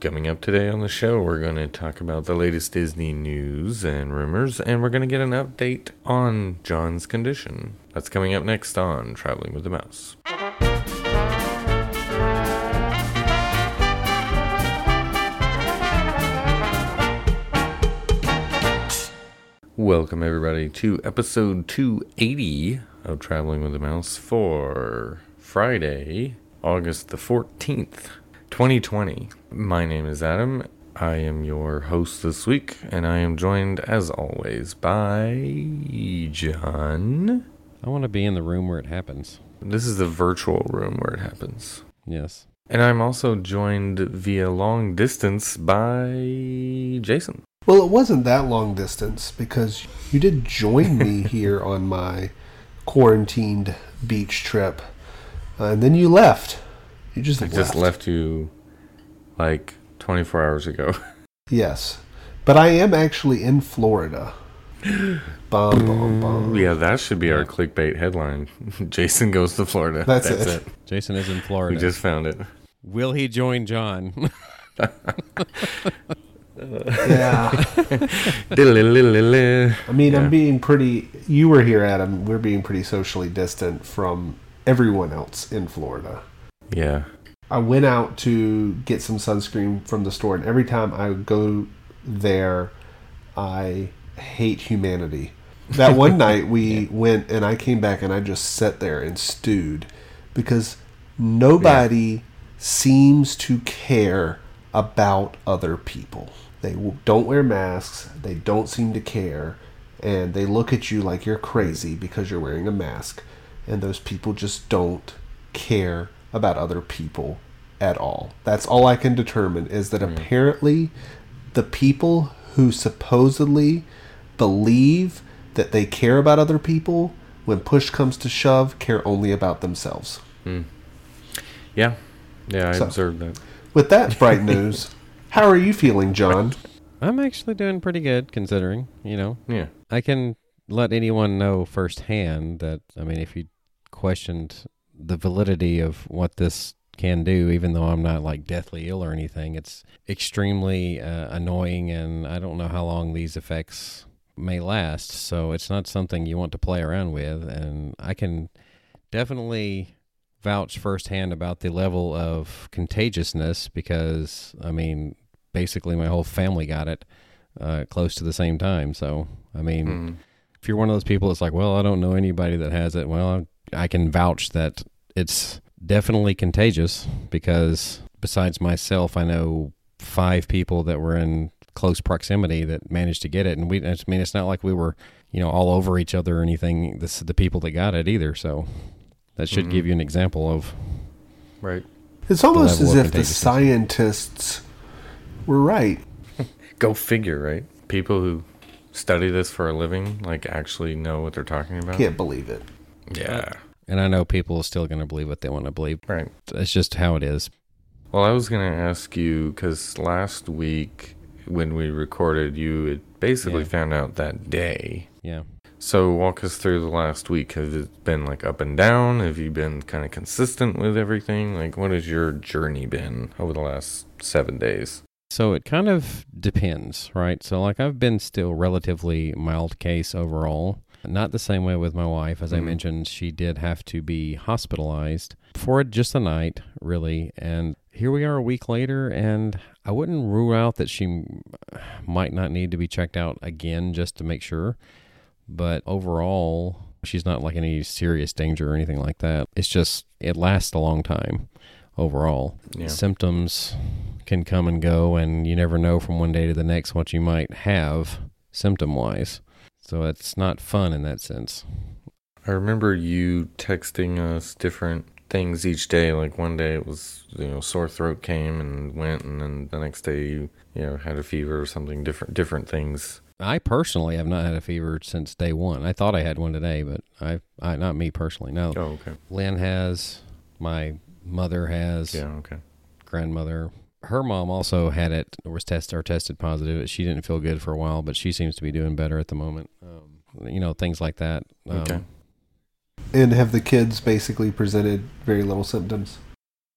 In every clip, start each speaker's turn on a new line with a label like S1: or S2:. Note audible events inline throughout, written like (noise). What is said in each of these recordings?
S1: Coming up today on the show, we're going to talk about the latest Disney news and rumors, and we're going to get an update on John's condition. That's coming up next on Traveling with the Mouse. Welcome, everybody, to episode 280 of Traveling with the Mouse for Friday, August the 14th, 2020. My name is Adam. I am your host this week, and I am joined, as always, by John.
S2: I want to be in the room where it happens.
S1: This is the virtual room where it happens.
S2: Yes.
S1: And I'm also joined via long distance by Jason.
S3: Well, it wasn't that long distance because you did
S1: (laughs)
S3: join me here on my quarantined beach trip, uh, and then you left. You just
S1: I
S3: left.
S1: just left you like 24 hours ago. (laughs)
S3: Yes, but I am actually in Florida.
S1: (laughs)
S3: Bum, bum, bum.
S1: Yeah, that should be our clickbait headline. (laughs) Jason goes to Florida.
S3: That's it.
S2: Jason is in Florida.
S1: We just found it.
S2: Will he join John? (laughs)
S3: Yeah,
S1: Diddle-diddle-diddle.
S3: I mean,
S1: Yeah.
S3: I'm being pretty. You were here, Adam. We're being pretty socially distant from everyone else in Florida.
S1: yeah.
S3: I went out to get some sunscreen from the store, and every time I go there, I hate humanity. That one night we went, and I came back, and I just sat there and stewed because nobody seems to care about other people. They w- don't wear masks, they don't seem to care, and they look at you like you're crazy because you're wearing a mask. And those people just don't care about other people at all. That's all I can determine is that apparently the people who supposedly believe that they care about other people, when push comes to shove, care only about themselves.
S1: Yeah. Yeah, I
S3: So-
S1: observed that.
S3: With that bright news, how are you feeling, John?
S2: I'm actually doing pretty good considering, you know.
S1: Yeah.
S2: I can let anyone know firsthand that I mean if you questioned the validity of what this can do even though I'm not like deathly ill or anything, it's extremely uh, annoying and I don't know how long these effects may last, so it's not something you want to play around with and I can definitely vouch firsthand about the level of contagiousness because I mean basically my whole family got it uh, close to the same time. So I mean,
S1: Mm.
S2: if you're one of those people that's like, well, I don't know anybody that has it. Well, I can vouch that it's definitely contagious because besides myself, I know five people that were in close proximity that managed to get it, and we. I mean, it's not like we were, you know, all over each other or anything. This the people that got it either. So that should give you an example of
S1: Right.
S3: It's almost
S2: level
S3: as
S2: of
S3: if the
S2: contagiousness.
S3: scientists were right.
S1: Go figure, right? People who study this for a living, like, actually know what they're talking about.
S3: Can't believe it.
S1: Yeah.
S2: and I know people are still going to believe what they want to believe.
S1: Right.
S2: It's just how it is.
S1: Well, I was going to ask you because last week when we recorded, you had basically
S2: Yeah.
S1: found out that day.
S2: Yeah.
S1: So, walk us through the last week. Has it been like up and down? Have you been kind of consistent with everything? Like, what has your journey been over the last seven days?
S2: So it kind of depends, right? So like I've been still relatively mild case overall. Not the same way with my wife. As I
S1: Mhm.
S2: mentioned, she did have to be hospitalized for just a night, really. And here we are a week later, and I wouldn't rule out that she m- might not need to be checked out again just to make sure. But overall, she's not like any serious danger or anything like that. It's just, it lasts a long time overall
S1: Yeah.
S2: symptoms can come and go, and you never know from one day to the next what you might have symptom wise. So it's not fun in that sense.
S1: I remember you texting us different things each day. Like, one day it was, you know, sore throat came and went, and then the next day you, you know, had a fever or something different, different things.
S2: I personally have not had a fever since day one. I thought I had one today, but I, I not me personally. No,
S1: Oh, okay.
S2: Lynn has, my mother has,
S1: Yeah, okay.
S2: grandmother. Her mom also had it, was test or tested positive. She didn't feel good for a while, but she seems to be doing better at the moment. Um, you know, things like that. Um,
S1: Okay.
S3: And have the kids basically presented very little symptoms?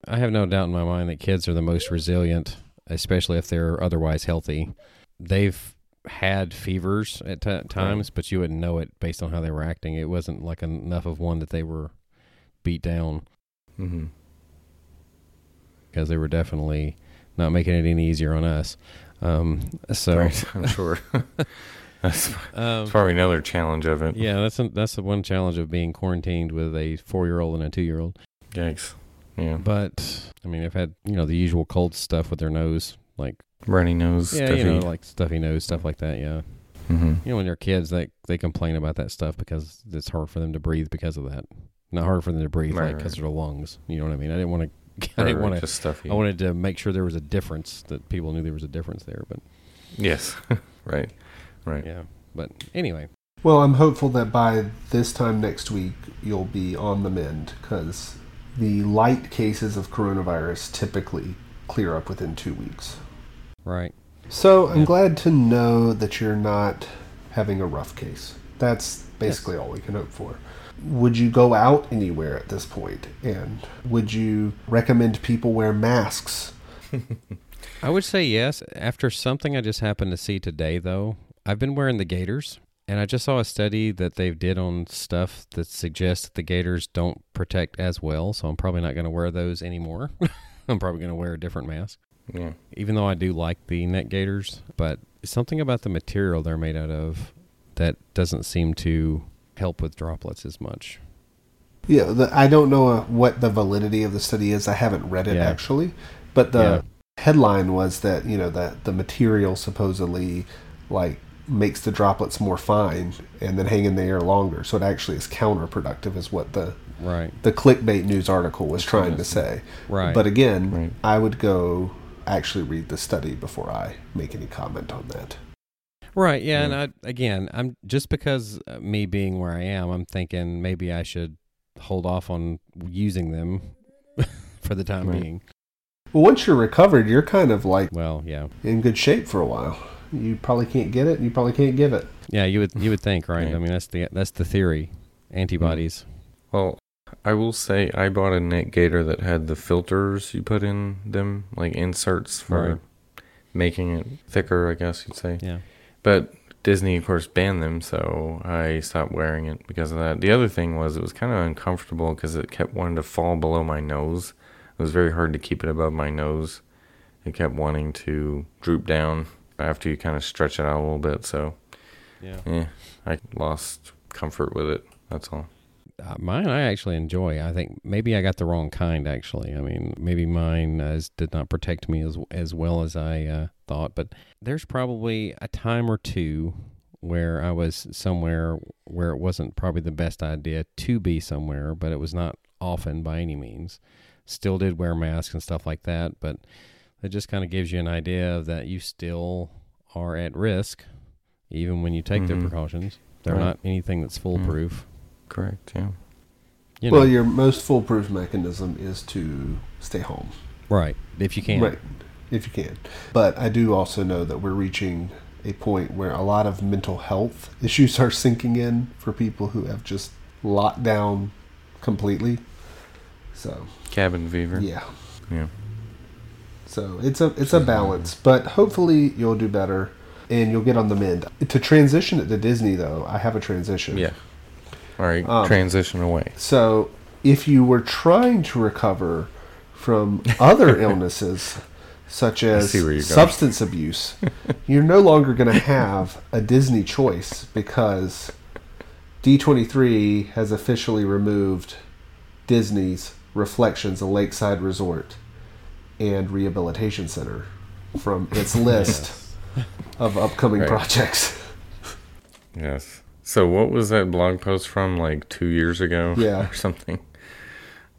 S2: I have no doubt in my mind that kids are the most resilient especially if they're otherwise healthy. They've had fevers at t- times, but you wouldn't know it based on how they were acting. It wasn't like enough of one that they were beat down
S1: Mm-hmm.
S2: because they were definitely not making it any easier on us. Um, so,
S1: Right, I'm sure. (laughs) that's,
S2: um,
S1: (laughs) that's probably another challenge of it.
S2: yeah, that's a, that's the one challenge of being quarantined with a four year old and a two year old.
S1: Yikes. Yeah.
S2: But I mean, I've had you know the usual cold stuff with their nose, like
S1: Runny nose.
S2: yeah, you know, like stuffy nose, stuff like that. Yeah,
S1: mm-hmm.
S2: you know, when they're kids, they they complain about that stuff because it's hard for them to breathe because of that. Not hard for them to breathe,
S1: Right,
S2: like because of their lungs. You know what I mean? (laughs) I didn't want to. I
S1: Or
S2: didn't want to.
S1: just stuffy.
S2: I wanted to make sure there was a difference that people knew there was a difference there. But
S1: yes. (laughs) right. Right.
S2: yeah, but anyway,
S3: Well, I'm hopeful that by this time next week, you'll be on the mend because the light cases of coronavirus typically clear up within two weeks.
S2: right?
S3: So I'm
S2: Yeah.
S3: glad to know that you're not having a rough case. That's basically all we can hope for. Would you go out anywhere at this point? And would you recommend people wear masks?
S2: I would say yes. After something I just happened to see today, though, I've been wearing the gaiters, and I just saw a study that they did on stuff that suggests that the gaiters don't protect as well. So I'm probably not going to wear those anymore. (laughs) I'm probably going to wear a different mask,
S1: Yeah.
S2: even though I do like the net gaiters. But something about the material they're made out of that doesn't seem to help with droplets as much.
S3: Yeah, the, I don't know uh, what the validity of the study is. I haven't read it
S2: Yeah.
S3: actually, but the headline was that you know that the material supposedly like makes the droplets more fine and then hang in the air longer. So it actually is counterproductive, is what the
S2: Right.
S3: the clickbait news article was trying to say.
S2: Right.
S3: But again,
S1: Right.
S3: I would go actually read the study before I make any comment on that.
S2: Right. Yeah.
S1: Yeah.
S2: And I, again, I'm just because uh, me being where I am, I'm thinking maybe I should hold off on using them (laughs) for the time
S1: Right.
S2: being.
S3: Well, once you're recovered, you're kind of like
S2: Well, yeah.
S3: in good shape for a while. You probably can't get it. You probably can't give it.
S2: Yeah. You would, you would think, right?
S1: Right.
S2: I mean, that's the, that's the theory. Antibodies.
S1: Well, I will say I bought a net gator that had the filters you put in them, like inserts for
S2: Right.
S1: making it thicker, I guess you'd say.
S2: Yeah.
S1: But Disney, of course, banned them, so I stopped wearing it because of that. The other thing was it was kind of uncomfortable because it kept wanting to fall below my nose. It was very hard to keep it above my nose. It kept wanting to droop down after you kind of stretch it out a little bit. So,
S2: Yeah.
S1: yeah, I lost comfort with it. That's all.
S2: Uh, mine, I actually enjoy. I think maybe I got the wrong kind, actually. I mean, maybe mine uh, is- did not protect me as, as well as I uh, thought, but there's probably a time or two where I was somewhere where it wasn't probably the best idea to be somewhere, but it was not often by any means. Still did wear masks and stuff like that, but it just kind of gives you an idea that you still are at risk, even when you take
S1: Mhm.
S2: the precautions. They're
S1: Right.
S2: not anything that's foolproof.
S1: Correct, yeah.
S2: You
S3: well,
S2: know.
S3: your most foolproof mechanism is to stay home.
S2: Right. If you can.
S3: Right. If you can. But I do also know that we're reaching a point where a lot of mental health (laughs) issues are sinking in for people who have just locked down completely. So,
S1: Cabin fever.
S3: yeah.
S1: Yeah.
S3: So, it's a it's a balance, but hopefully you'll do better and you'll get on the mend. To transition it to Disney though, I have a transition.
S1: Yeah. All right.
S3: Um,
S1: transition away.
S3: So, if you were trying to recover from
S1: (laughs)
S3: other illnesses, such as
S1: see where you're going.
S3: substance abuse,
S1: (laughs)
S3: you're no longer going to have a Disney choice because D23 has officially removed Disney's Reflections, a lakeside resort and rehabilitation center, from
S1: (laughs)
S3: its list
S2: Yes.
S3: of upcoming
S1: Right.
S3: projects.
S1: Yes. So what was that blog post from like two years ago? (laughs)
S3: Yeah.
S1: Or something.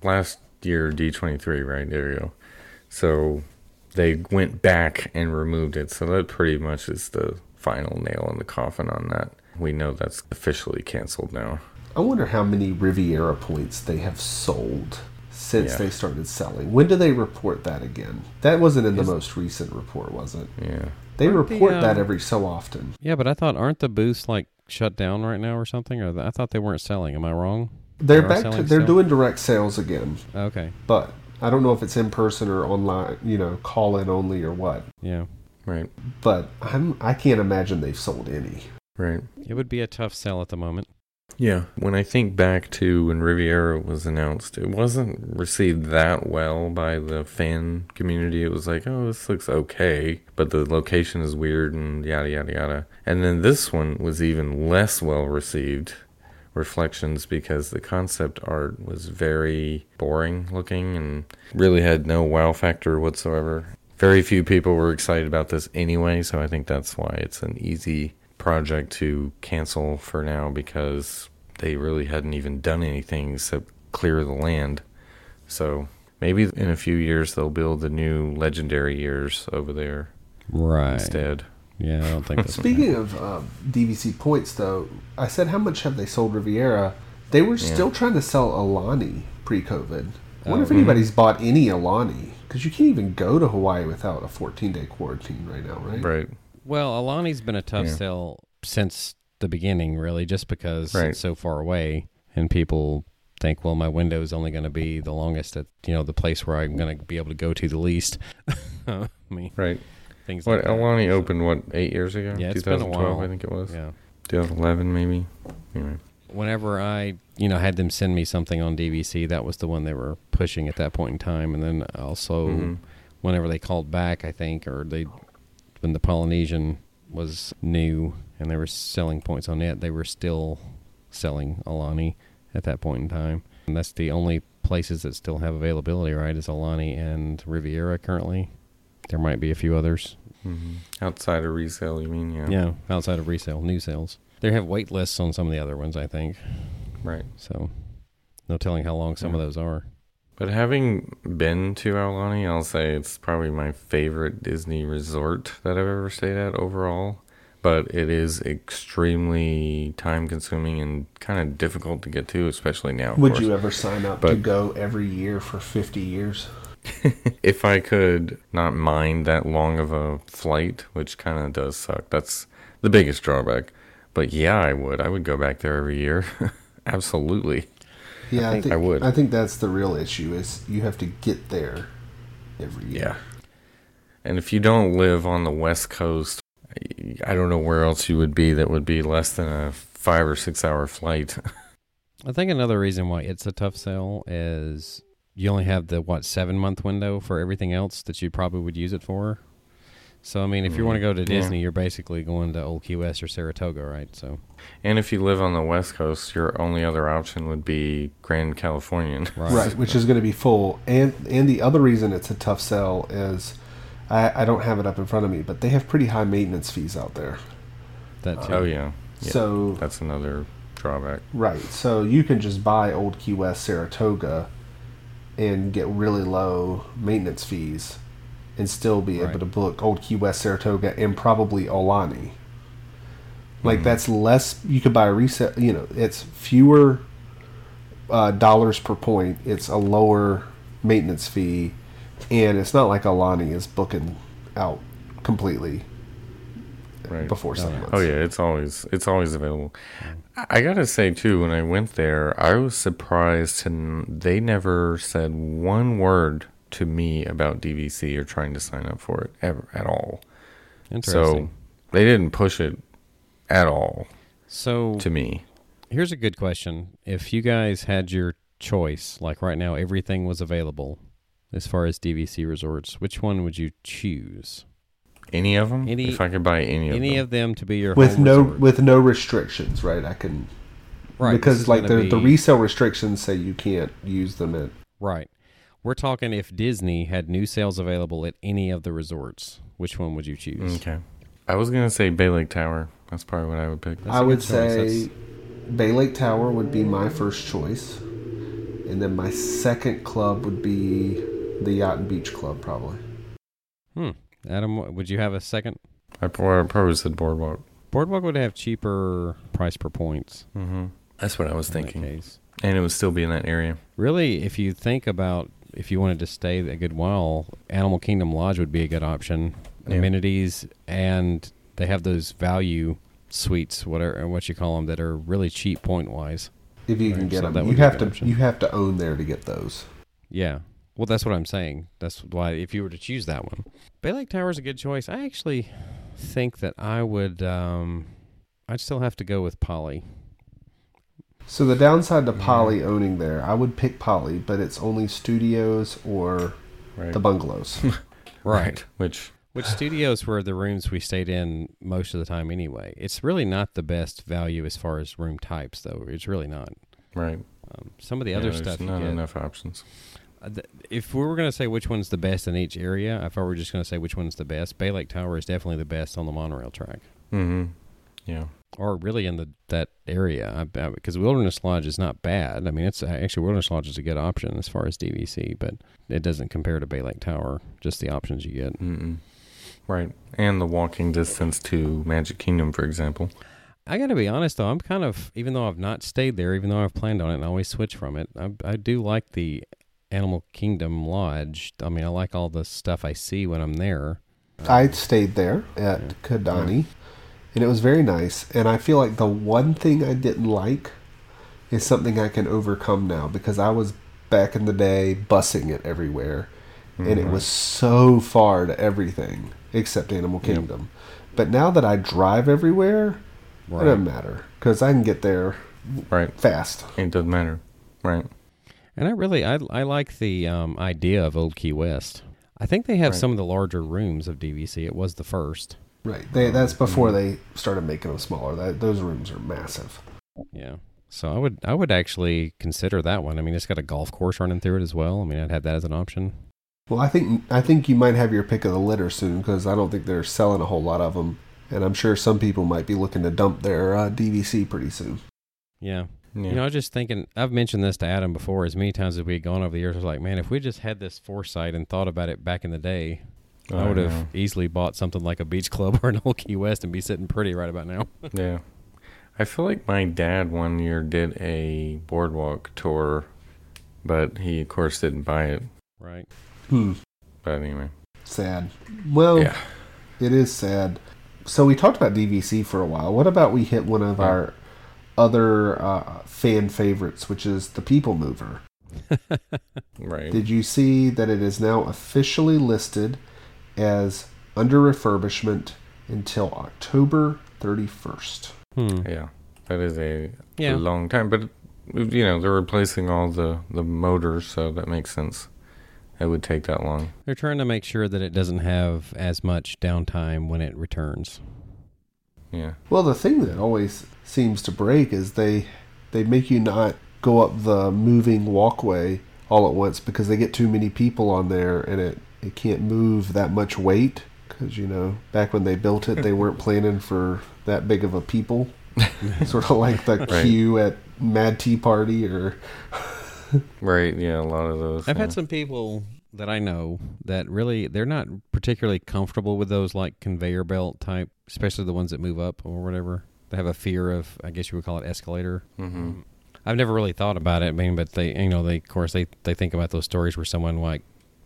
S1: Last year D twenty three, right? There you go. So they went back and removed it. So that pretty much is the final nail in the coffin on that. We know that's officially canceled now.
S3: I wonder how many Riviera points they have sold since
S1: Yeah.
S3: they started selling. When do they report that again? That wasn't in the most recent report, was it?
S1: Yeah.
S3: They
S2: Aren't the,
S3: report that
S2: um,
S3: every so often.
S2: Yeah, but I thought aren't the booths like shut down right now or something? Or th- I thought they weren't selling. Am I wrong?
S3: They're
S2: are
S3: back to
S2: selling
S3: they're
S2: still?
S3: doing direct sales again,
S2: Okay.
S3: but I don't know if it's in person or online, you know, call in only or what.
S2: Yeah.
S1: Right.
S3: But I'm I can't imagine they've sold any.
S1: Right.
S2: It would be a tough sell at the moment.
S1: Yeah. When I think back to when Riviera was announced, it wasn't received that well by the fan community. It was like, oh, this looks okay, but the location is weird and yada, yada, yada. And then this one was even less well received. Reflections because the concept art was very boring looking and really had no wow factor whatsoever. Very few people were excited about this anyway, so I think that's why it's an easy project to cancel for now because they really hadn't even done anything except clear the land. So maybe in a few years they'll build the new legendary years over there
S2: Right.
S1: instead.
S2: Yeah, I don't think that's
S3: Speaking of uh, DVC points, though, I said how much have they sold Riviera? They were still trying to sell Alani pre-COVID. I
S1: Oh,
S3: wonder if
S1: mm-hmm.
S3: anybody's bought any Alani because you can't even go to Hawaii without a 14-day quarantine right now, right?
S1: Right.
S2: (laughs) Well, Alani's been a tough
S1: Yeah.
S2: sell since the beginning, really, just because
S1: Right.
S2: it's so far away, and people think, well, my window's only going to be the longest at you know the place where I'm going to be able to go to the least. (laughs) I mean,
S1: Right.
S2: things
S1: What
S2: like that.
S1: Alani opened what eight years ago?
S2: Yeah, it's been a
S1: 2012,
S2: while.
S1: I think it was.
S2: Yeah.
S1: 2011 maybe. Anyway.
S2: Whenever I, you know, had them send me something on DVC, that was the one they were pushing at that point in time, and then also whenever they called back, I think, or they when the Polynesian was new and they were selling points on it, they were still selling Alani at that point in time. And that's the only places that still have availability, right? Is Alani and Riviera currently. There might be a few others.
S1: hmm Outside of resale, you mean? Yeah.
S2: Yeah, outside of resale, new sales. They have wait lists on some of the other ones, I think.
S1: Right.
S2: So no telling how long some of those are.
S1: But having been to Aulani, I'll say it's probably my favorite Disney resort that I've ever stayed at overall. But it is extremely time consuming and kind of difficult to get to, especially now. Of
S3: Would
S1: course.
S3: you ever sign up to
S1: But-
S3: go every year for 50 years?
S1: If I could not mind that long of a flight, which kind of does suck, that's the biggest drawback. But yeah, I would. I would go back there every year. (laughs) Absolutely.
S3: Yeah, I
S1: think I would.
S3: I think that's the real issue is you have to get there every year.
S1: And if you don't live on the West Coast, I- I don't know where else you would be that would be less than a five or six hour flight. (laughs)
S2: I think another reason why it's a tough sell is you only have the what seven month window for everything else that you probably would use it for. So I mean, if you want to
S1: Mm-hmm.
S2: go to Disney, you're basically going to Old Key West or Saratoga, right? So
S1: and if you live on the West Coast, your only other option would be Grand Californian.
S2: right,
S3: Right, which is going to be full. And and the other reason it's a tough sell is I, I don't have it up in front of me, but they have pretty high maintenance fees out there.
S2: that
S1: (laughs)
S2: too.
S1: Oh, yeah. yeah.
S3: So
S1: That's another drawback.
S3: right, so you can just buy Old Key West Saratoga and get really low maintenance fees and still be able
S2: Right.
S3: to book Old Key West Saratoga and probably
S1: Hmm.
S3: Olani. Like that's less you could buy a reset, you know, it's fewer uh, dollars per point. It's a lower maintenance fee, and it's not like Alani is booking out completely
S1: Right.
S3: before seven months.
S1: Oh yeah, it's always it's always available. I I gotta say too, when I went there, I was surprised, and they never said one word to me about DVC or trying to sign up for it ever at all. So
S2: Interesting.
S1: they didn't push it at all
S2: So,
S1: to me.
S2: here's a good question: If you guys had your choice, like right now, everything was available as far as DVC resorts, which one would you choose?
S1: Any of them?
S2: Any-
S1: if I could buy any of
S2: Any
S1: them,
S2: of them to be your
S3: with
S2: home
S3: no
S2: resort?
S3: with no restrictions, right? I can
S2: right, this
S3: because
S2: is
S3: like the
S2: gonna
S3: the
S2: be-
S3: resale restrictions say you can't use them at
S2: Right. We're talking if Disney had new sales available at any of the resorts, which one would you choose?
S1: Mm,
S3: Mm,
S1: okay. I was gonna say Bay Lake Tower. That's probably what I would pick.
S2: That's
S3: I
S2: a
S3: would
S2: good choice.
S3: say
S2: That's-
S3: Bay Lake Tower would be my first choice. And then my second club would be the Yacht and Beach Club, probably.
S2: Hmm. Adam, wh- would you have a second?
S1: I prob- I probably said Boardwalk.
S2: Boardwalk would have cheaper price per points.
S1: Mm-hmm. That's what I was
S2: in that
S1: thinking,
S2: case.
S1: and it would still be in that area.
S2: Really, if you think about if you wanted to stay a good while, Animal Kingdom Lodge would be a good option.
S1: Yeah.
S2: Amenities and they have those value suites, whatever what you call them, that are really cheap point wise.
S3: If you can
S2: Right,
S3: get
S2: so that
S3: them,
S2: would
S3: you
S2: be a good
S3: have to
S2: option.
S3: you have to own there to get those.
S2: Yeah. Well, that's what I'm saying. That's why if you were to choose that one, Bay Lake Tower is a good choice. I actually think that I would. Um, I'd still have to go with Polly.
S3: So the downside
S2: Mm-hmm.
S3: to Polly owning there, I would pick Polly, but it's only studios or
S1: Right.
S3: the bungalows.
S1: (laughs) right. Which
S2: (laughs) Which studios were the rooms we stayed in most of the time anyway. It's really not the best value as far as room types, though. It's really not.
S1: right.
S2: Um, some of the
S1: Yeah,
S2: other
S1: there's
S2: stuff. you
S1: Not
S2: get-
S1: enough options.
S2: Uh, th- If we were going to say which one's the best in each area, if I were just going to say which one's the best, Bay Lake Tower is definitely the best on the monorail track,
S1: Mm-hmm. Yeah.
S2: or really in the that area. Because Wilderness Lodge is not bad. I mean, it's actually Wilderness Lodge is a good option as far as DVC, but it doesn't compare to Bay Lake Tower. Just the options you get.
S1: Mm-mm. Right. And the walking distance to Magic Kingdom, for example.
S2: I got to be honest though, I'm kind of even though I've not stayed there, even though I've planned on it and I always switch from it. I, I do like the Animal Kingdom Lodge. I mean, I like all the stuff I see when I'm there.
S3: I stayed there at Kudani, and it was very nice. And I feel like the one thing I didn't like is something I can overcome now because I was back in the day bussing it everywhere, and it was so far to everything except Animal Kingdom. But now that I drive everywhere, it doesn't matter because I can get there
S1: Right.
S3: fast.
S1: It doesn't matter. Right.
S2: And I really I I like the um, idea of Old Key West. I think they have
S1: Right.
S2: some of the larger rooms of DVC. It was the first.
S3: Right. They, that's before they started making them smaller. That, those rooms are massive.
S2: Yeah. So I would I would actually consider that one. I mean, it's got a golf course running through it as well. I mean, I'd have that as an option.
S3: Well, I think I think you might have your pick of the litter soon because I don't think they're selling a whole lot of them, and I'm sure some people might be looking to dump their uh, DVC pretty soon.
S2: Yeah.
S1: Yeah.
S2: You know, I was just thinking, I've mentioned this to Adam before as many times as we had gone over the years. I was like, man, if we just had this foresight and thought about it back in the day, I would have easily bought something like a beach club (laughs) or an old Key West and be sitting pretty right about now.
S1: Yeah. I feel like my dad one year did a boardwalk tour, but he, of course, didn't buy it.
S2: Right. (laughs)
S3: Hmm.
S1: But anyway.
S3: Sad. Well,
S1: Yeah.
S3: it is sad. So we talked about DVC for a while. What about we hit one of
S1: Yeah.
S3: our other uh, fan favorites, which is the People Mover?
S1: Right.
S3: Did you see that it is now officially listed as under refurbishment until October 31st?
S2: Hmm.
S1: yeah. That is a a
S2: Yeah.
S1: long time. But you know, they're replacing all the the motors, so that makes sense. It would take that long.
S2: They're trying to make sure that it doesn't have as much downtime when it returns.
S1: Yeah.
S3: Well, the thing that always seems to break is they they make you not go up the moving walkway all at once because they get too many people on there and it it can't move that much weight because you know back when they built it they weren't planning for that big of a people sort of like the
S1: Right.
S3: queue at Mad Tea Party or
S1: Right. Yeah. A lot of those.
S2: I've
S1: yeah.
S2: had some people that I know that really they're not particularly comfortable with those like conveyor belt type, especially the ones that move up or whatever. They have a fear of, I guess you would call it escalator.
S1: Mhm.
S2: I've never really thought about it. I mean, but they, you know, they of course they they think about those stories where someone like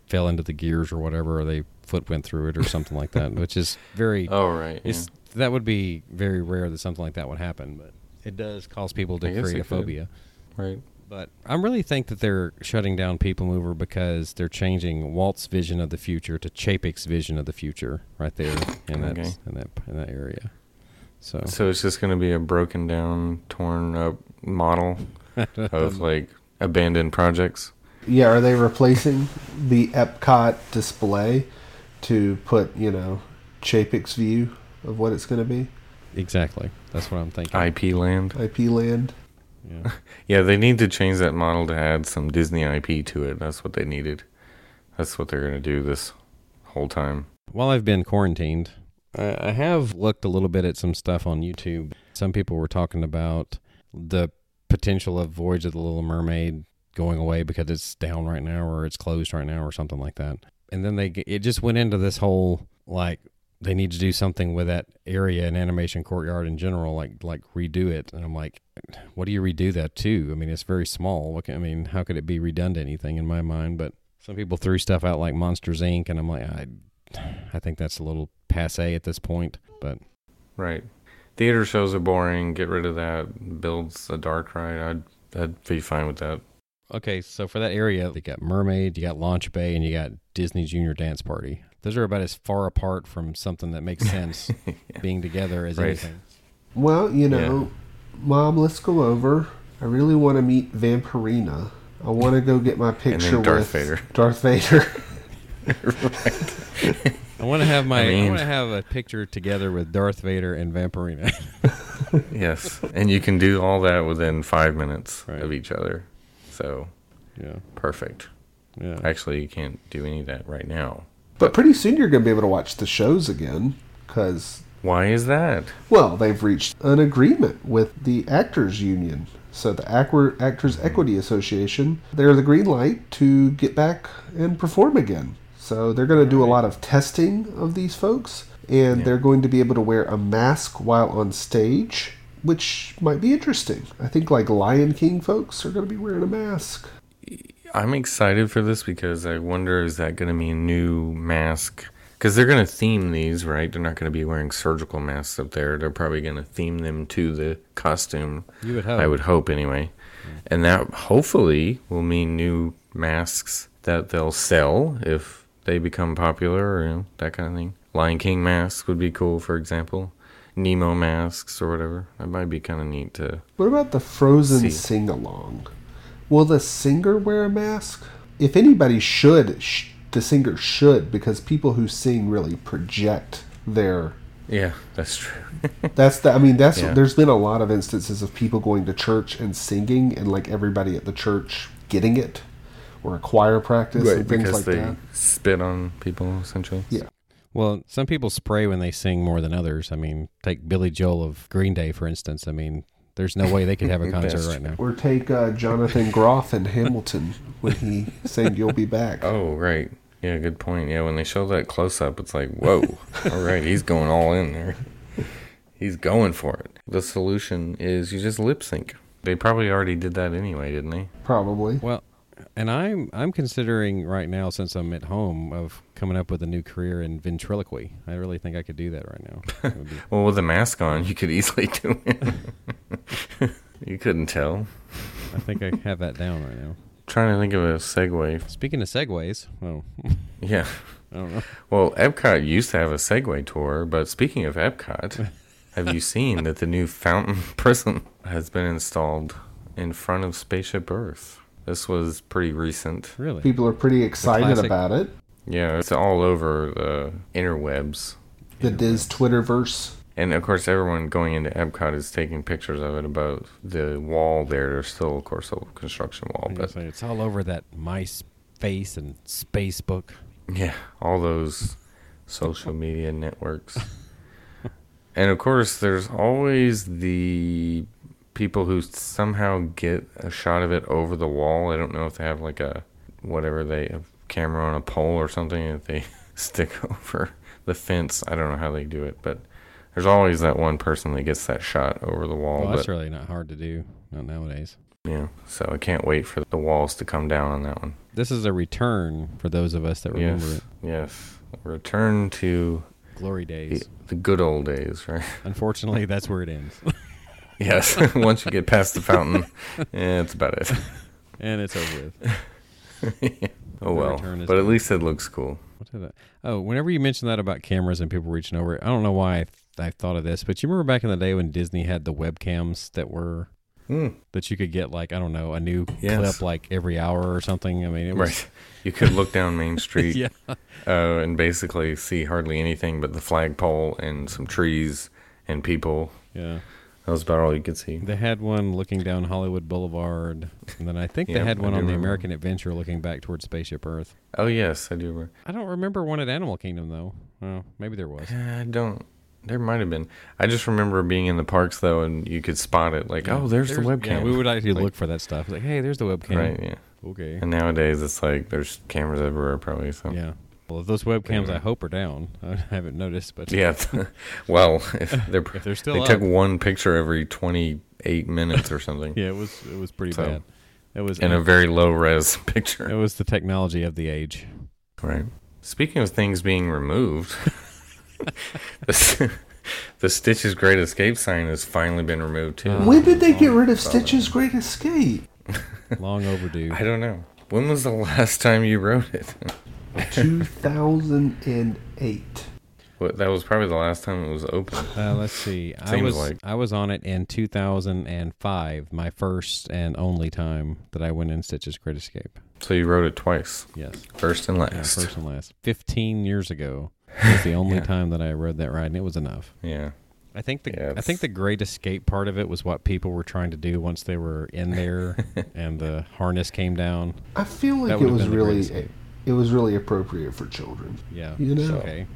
S2: fell into the gears or whatever, or they foot went through it or something like that, which is very.
S1: Oh right. yeah.
S2: It's that would be very rare that something like that would happen, but it does cause people
S1: I
S2: to
S1: guess
S2: create
S1: it
S2: a
S1: could.
S2: phobia.
S1: Right.
S2: But I really think that they're shutting down People Mover because they're changing Walt's vision of the future to Chapek's vision of the future, right there in that
S1: Okay.
S2: in that in that area. So
S1: So it's just going to be a broken down, torn up
S2: (laughs)
S1: model of like abandoned projects.
S3: yeah are they replacing the Epcot display to put you know Chapek's view of what it's going to be
S2: exactly, that's what I'm thinking.
S1: IP land.
S3: IP land
S2: yeah.
S1: Yeah, they need to change that model to add some Disney IP to it. That's what they needed. That's what they're going to do this whole time.
S2: While I've been quarantined, I, I have looked a little bit at some stuff on YouTube. Some people were talking about the potential of Voyage of the Little Mermaid going away because it's down right now or it's closed right now or something like that. And then they g- it just went into this whole like they need to do something with that area and animation courtyard in general, like like redo it. And I'm like, what do you redo that to? I mean, it's very small. What can, I mean, how could it be redone to anything in my mind? But some people threw stuff out like Monsters Inc. and I'm like, I I think that's a little passe at this point, but
S1: Right. Theater shows are boring. Get rid of that. Builds a dark ride. I'd I'd be fine with that.
S2: okay, so for that area, you got Mermaid, you got Launch Bay, and you got Disney Junior Dance Party. Those are about as far apart from something that makes sense (laughs) being together as
S1: Right.
S2: anything.
S3: Well, you know, mom, let's go over. I really want to meet Vampirina. I want to go get my picture
S1: Darth
S3: with
S1: Vader.
S3: Darth Vader. (laughs)
S2: I want to have my. I,
S1: mean-
S2: want to have a picture together with Darth Vader and Vampirina. (laughs)
S1: Yes, (laughs) and you can do all that within five minutes
S2: Right.
S1: of each other. So
S2: yeah,
S1: perfect.
S2: yeah.
S1: Actually, you can't do any of that right now.
S3: but pretty soon you're going to be able to watch the shows again because,
S1: Why is that?
S3: well, they've reached an agreement with the Actors Union. So the Actor, Actors Equity Association, they're the green light to get back and perform again. So they're going to do a lot of testing of these folks, and they're going to be able to wear a mask while on stage, which might be interesting. I think like Lion King folks are going to be wearing a mask.
S1: I'm excited for this because I wonder is that going to be a new mask? Because they're going to theme these, right? They're not going to be wearing surgical masks up there. They're probably going to theme them to the costume.
S2: You would
S1: I
S2: hope.
S1: would hope anyway. And that hopefully will mean new masks that they'll sell if they become popular or you know, that kind of thing. Lion King masks would be cool, for example. Nemo masks or whatever. That might be kind of neat to.
S3: What about the Frozen
S1: See.
S3: sing along? Will the singer wear a mask? If anybody should, sh- the singer should, because people who sing really project their.
S1: Yeah, that's true. (laughs)
S3: That's the. I mean, that's.
S1: Yeah.
S3: There's been a lot of instances of people going to church and singing, and like everybody at the church getting it, or a choir practice and things
S1: because
S3: like
S1: they
S3: that.
S1: spit on people essentially.
S3: Yeah.
S2: Well, some people spray when they sing more than others. I mean, take Billy Joel of Green Day, for instance. I mean, there's no way they
S1: (laughs)
S2: could have a concert
S1: That's
S2: right now.
S3: Or take
S1: (laughs)
S3: uh, Jonathan Groff in Hamilton when he sang "You'll Be Back."
S1: Oh right. Yeah, good point. Yeah, when they show that close up, it's like, (laughs) whoa, all right, he's going all in there. He's going for it. The solution is you just lip sync. They probably already did that anyway, didn't they?
S3: Probably.
S2: Well, and I'm I'm considering right now since I'm at home of coming up with a new career in ventriloquy. I really think I could do that right now. It would be-
S1: Well, with a mask on, you could easily do it. (laughs) you couldn't tell.
S2: I think I have that down right now.
S1: Trying to think of a segue.
S2: Speaking of segues, oh,
S1: Yeah.
S2: (laughs) I don't know.
S1: Well, Epcot used to have a Segway tour, but speaking of Epcot, have you seen that the new fountain (laughs) prison has been installed in front of Spaceship Earth? This was pretty recent.
S2: Really?
S3: People are pretty excited
S2: classic-
S3: about it.
S1: Yeah, it's all over the interwebs.
S3: The Diz Twitterverse.
S1: And of course, everyone going into Epcot is taking pictures of it above the wall there. There's still, of course, a construction wall,
S2: I'm gonna
S1: but
S2: say It's all over that MySpace and Spacebook.
S1: Yeah, all those social media networks. and of course, there's always the people who somehow get a shot of it over the wall. I don't know if they have like a whatever they a camera on a pole or something that they (laughs) stick over the fence. I don't know how they do it, but there's always that one person that gets that shot over the wall.
S2: Well,
S1: but
S2: that's really not hard to do, not nowadays.
S1: yeah, so I can't wait for the walls to come down on that one.
S2: This is a return for those of us that remember
S1: Yes,
S2: it.
S1: yes. Return to the,
S2: Glory days.
S1: the good old days,
S2: (laughs)
S1: right?
S2: Unfortunately, that's where it ends.
S1: Yes, (laughs) once you get past the
S2: (laughs)
S1: fountain, eh, that's about it.
S2: and it's over with.
S1: (laughs) Oh well,
S2: return is
S1: but at
S2: done.
S1: least it looks cool.
S2: What did I, oh, whenever you mentioned that about cameras and people reaching over, I don't know why I, th- I thought of this, but you remember back in the day when Disney had the webcams that were
S1: Mm,
S2: that you could get like I don't know a new
S1: Yes.
S2: clip like every hour or something. I mean, it was,
S1: right, you could look down
S2: (laughs)
S1: Main Street
S2: Yeah,
S1: uh, and basically see hardly anything but the flagpole and some trees and people.
S2: yeah.
S1: That was about all you could see.
S2: They had one looking down Hollywood Boulevard, and then I think
S1: Yeah,
S2: they had
S1: I
S2: one
S1: do
S2: on the
S1: remember.
S2: American Adventure looking back towards Spaceship Earth.
S1: Oh yes, I do. Remember.
S2: I don't remember one at Animal Kingdom though. Well, maybe there was.
S1: Eh, I don't. There might have been. I just remember being in the parks though, and you could spot it. Like, oh, there's, the webcam.
S2: Yeah, we would actually
S1: Like-
S2: look for that stuff. Like, hey, there's the webcam.
S1: right. Yeah.
S2: Okay.
S1: And nowadays it's like there's cameras everywhere, probably. So
S2: Yeah. Well, if those webcams,
S1: Oh. Anyway.
S2: I hope, are down. (laughs) I haven't noticed, but
S1: Yeah. (laughs) well, if they're,
S2: If they're still
S1: they took
S2: up.
S1: one picture every 28 minutes or something,
S2: (laughs) yeah, it was it was pretty
S1: So-
S2: bad. It was uh,
S1: and a very low res (laughs) picture.
S2: it was the technology of
S1: (laughs)
S2: the age.
S1: Right. Speaking of things being removed, (laughs) the, (laughs) the Stitch's Great Escape sign has finally been removed too.
S2: Uh,
S3: When did they get rid of
S1: Probably.
S2: (laughs)
S3: Stitch's Great Escape?
S2: Long overdue.
S1: I don't know. When was the last time you wrote it? (laughs)
S3: 2008.
S1: What- that was probably the last time it was open.
S2: Uh,
S1: (laughs)
S2: let's see. I
S1: Seems
S2: was
S1: like.
S2: I was on it in 2005, my first and only time that I went in Stitch's Crit Escape.
S1: So you wrote it twice,
S2: Yes,
S1: first and
S2: yeah,
S1: last.
S2: first and last. 15 years ago
S1: (laughs)
S2: was the only
S1: Yeah.
S2: time that I read that ride, and it was enough.
S1: Yeah.
S2: I think the
S1: Yeah,
S2: I think
S1: it's-
S2: the Great Escape part of it was what people were trying to do once they were
S1: (laughs)
S2: in there and the harness came down.
S3: I feel
S2: That
S3: like it
S2: would've
S3: was
S2: been the Great
S3: really
S2: Escape.
S3: it was really appropriate for children.
S2: Yeah.
S3: You know.
S2: Okay.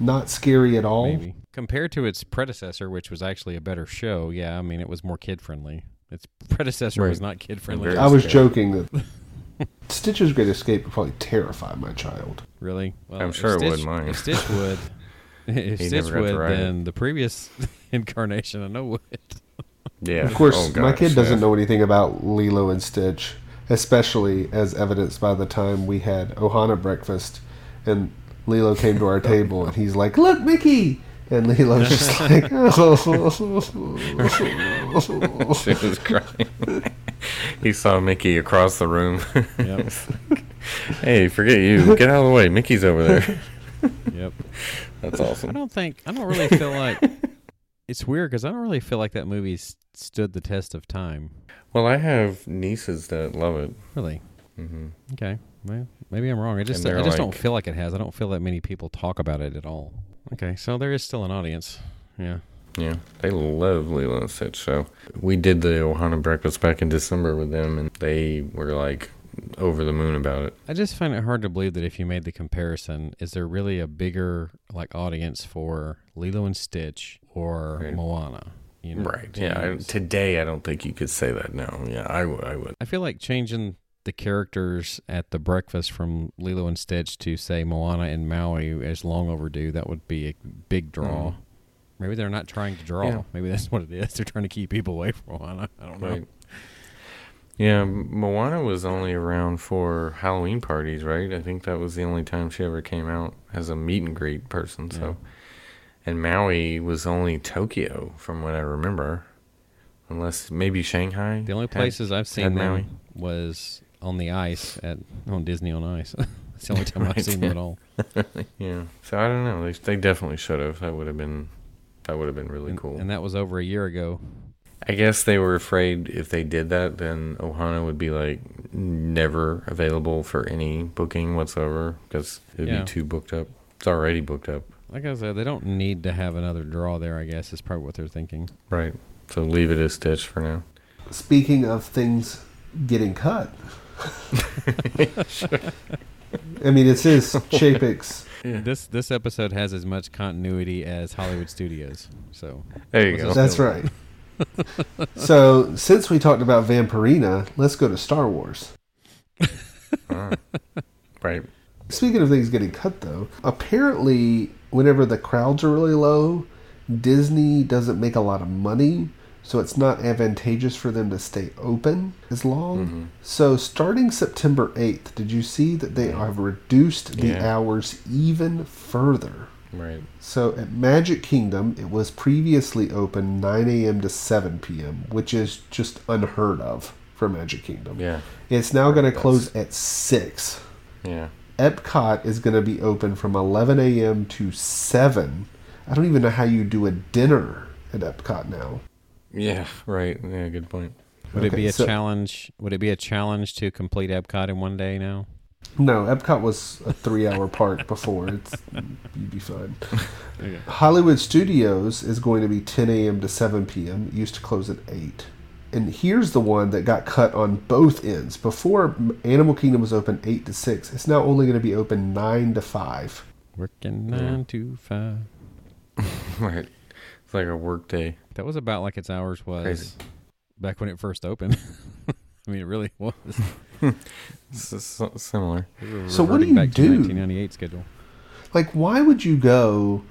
S3: Not scary at all.
S2: Maybe compared to its predecessor, which was actually a better show. Yeah, I mean it was more kid friendly. Its predecessor
S1: Right.
S2: was not kid friendly.
S1: Very
S3: I was
S1: scary.
S3: joking that (laughs) Stitcher's Great Escape would probably terrify my child.
S2: Really? Well,
S1: I'm
S2: if
S1: sure it would
S2: Stitch-
S1: mine.
S2: If Stitch (laughs) would, if
S1: He
S2: Stitch
S1: never got to
S2: would,
S1: ride it.
S2: then the previous (laughs) incarnation I know would.
S1: Yeah.
S3: Of course,
S1: Oh,
S3: my
S1: gosh,
S3: kid doesn't
S1: yeah.
S3: know anything about Lilo and Stitch, especially as evidenced by the time we had Ohana breakfast and Lilo came to our table and he's like, "Look, Mickey." And
S1: (laughs)
S3: Lilo's just like, "Oh."
S1: (laughs) She was crying. (laughs) he saw Mickey across the room. (laughs)
S2: Yep.
S1: hey, forget you. Get out of the way. Mickey's over there.
S2: (laughs) yep.
S1: That's
S2: I
S1: awesome.
S2: don't think I don't (laughs) really feel like it's weird because I don't really feel like that movie s- stood the test of time.
S1: (laughs) Well, I have nieces that love it.
S2: Really?
S1: hmm
S2: Okay. Well, maybe I'm wrong. I just
S1: And
S2: I
S1: they're
S2: just don't
S1: like-
S2: feel like it has. I don't feel that many people talk about it at all. Okay, so there is still an audience. Yeah.
S1: Yeah, they love Lilo and Stitch. So we did the Ohana breakfast back in December with them, and they were like over the moon about it.
S2: I just find it hard to believe that if you made the comparison, is there really a bigger like audience for Lilo and Stitch or
S1: Right.
S2: Moana? You
S1: Yeah. I,
S2: James?
S1: today, I don't think you could say that now. Yeah, I would. I would.
S2: I feel like changing the characters at the breakfast from Lilo and Stitch to say Moana and Maui is long overdue. That would be a big draw.
S1: Mhm.
S2: Maybe they're not trying to draw.
S1: Yeah.
S2: Maybe that's what it is. (laughs) They're trying to keep people away from Moana. I don't know.
S1: Right. Yeah, Moana was only around for Halloween parties, right? I think that was the only time she ever came out as a meet and greet person. So, and Maui was only Tokyo, from what I remember, unless maybe Shanghai.
S2: The only
S1: had-
S2: places I've seen
S1: had
S2: them
S1: Maui.
S2: was on the ice at on Disney on Ice. (laughs)
S1: (laughs)
S2: It's the only time I've
S1: Right,
S2: seen
S1: yeah.
S2: them at all.
S1: (laughs) Yeah. So I don't know. They they definitely should have. That would have been that would have been really
S2: And,
S1: cool.
S2: and that was over a year ago.
S1: I guess they were afraid if they did that, then Ohana would be like never available for any booking whatsoever because it'd
S2: Yeah.
S1: be too booked up. It's already booked up.
S2: Like I said, they don't need to have another draw there. I guess is probably what they're thinking.
S1: Right. So leave it as Stitch for now.
S3: Speaking of things getting cut, I mean, it's his Chapek's
S2: This this episode has as much continuity as Hollywood Studios. So
S1: There you go.
S2: What's this
S3: That's
S2: Still.
S3: right. so, since we talked about Vampirina, let's go to Star Wars.
S1: Ah. Right.
S3: Speaking of things getting cut, though, apparently, whenever the crowds are really low, Disney doesn't make a lot of money, so it's not advantageous for them to stay open as long.
S1: Mm-hmm.
S3: So, starting September 8th, did you see that they have reduced the
S1: Yeah.
S3: hours even further?
S1: Right.
S3: So at Magic Kingdom, it was previously open 9 a.m. to 7 p.m., which is just unheard of for Magic Kingdom.
S1: Yeah.
S3: It's now going to
S1: That's-
S3: close at 6.
S1: Yeah.
S3: Epcot is going to be open from 11 a.m. to 7. I don't even know how you do a dinner at Epcot now.
S1: Yeah. Right. Yeah. Good point. (laughs)
S2: would it
S3: Okay,
S2: be a
S3: so-
S2: challenge? Would it be a challenge to complete Epcot in one day now?
S3: No, Epcot was a three-hour (laughs) park before. It's you'd be fine. Hollywood Studios is going to be 10 a.m. to 7 p.m. It used to close at 8. And here's the one that got cut on both ends. Before M- Animal Kingdom was open 8 to 6, it's now only going to be open 9 to 5.
S2: Working nine to five.
S1: Right. It's like a work day.
S2: That was about like its hours was
S1: Crazy.
S2: back when it first opened. (laughs) I mean, it really was.
S1: It's s- s- similar.
S2: We were
S3: So what do
S2: reverting
S3: you
S2: back to
S3: do?
S2: 1998 schedule.
S3: Like, why would you go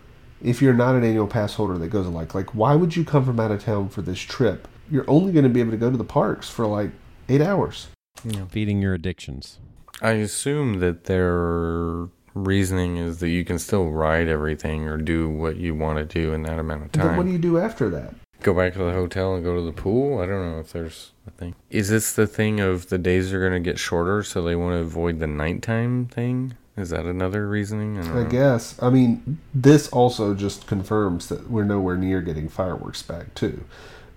S3: if you're not an annual pass holder that goes alike? Like, why would you come from out of town for this trip? You're only going to be able to go to the parks for like eight hours.
S1: Yeah.
S2: Feeding your addictions.
S1: I assume that their reasoning is that you can still ride everything or do what you want to do in that amount of
S3: But what do
S1: time.
S3: you do after that?
S1: go back to the hotel and go to the pool. I don't know if there's a thing. Is this the thing of the days are going to get shorter, so they want to avoid the nighttime thing? Is that another reasoning? I don't
S3: I
S1: know.
S3: guess. I mean, this also just confirms that we're nowhere near getting fireworks back, too,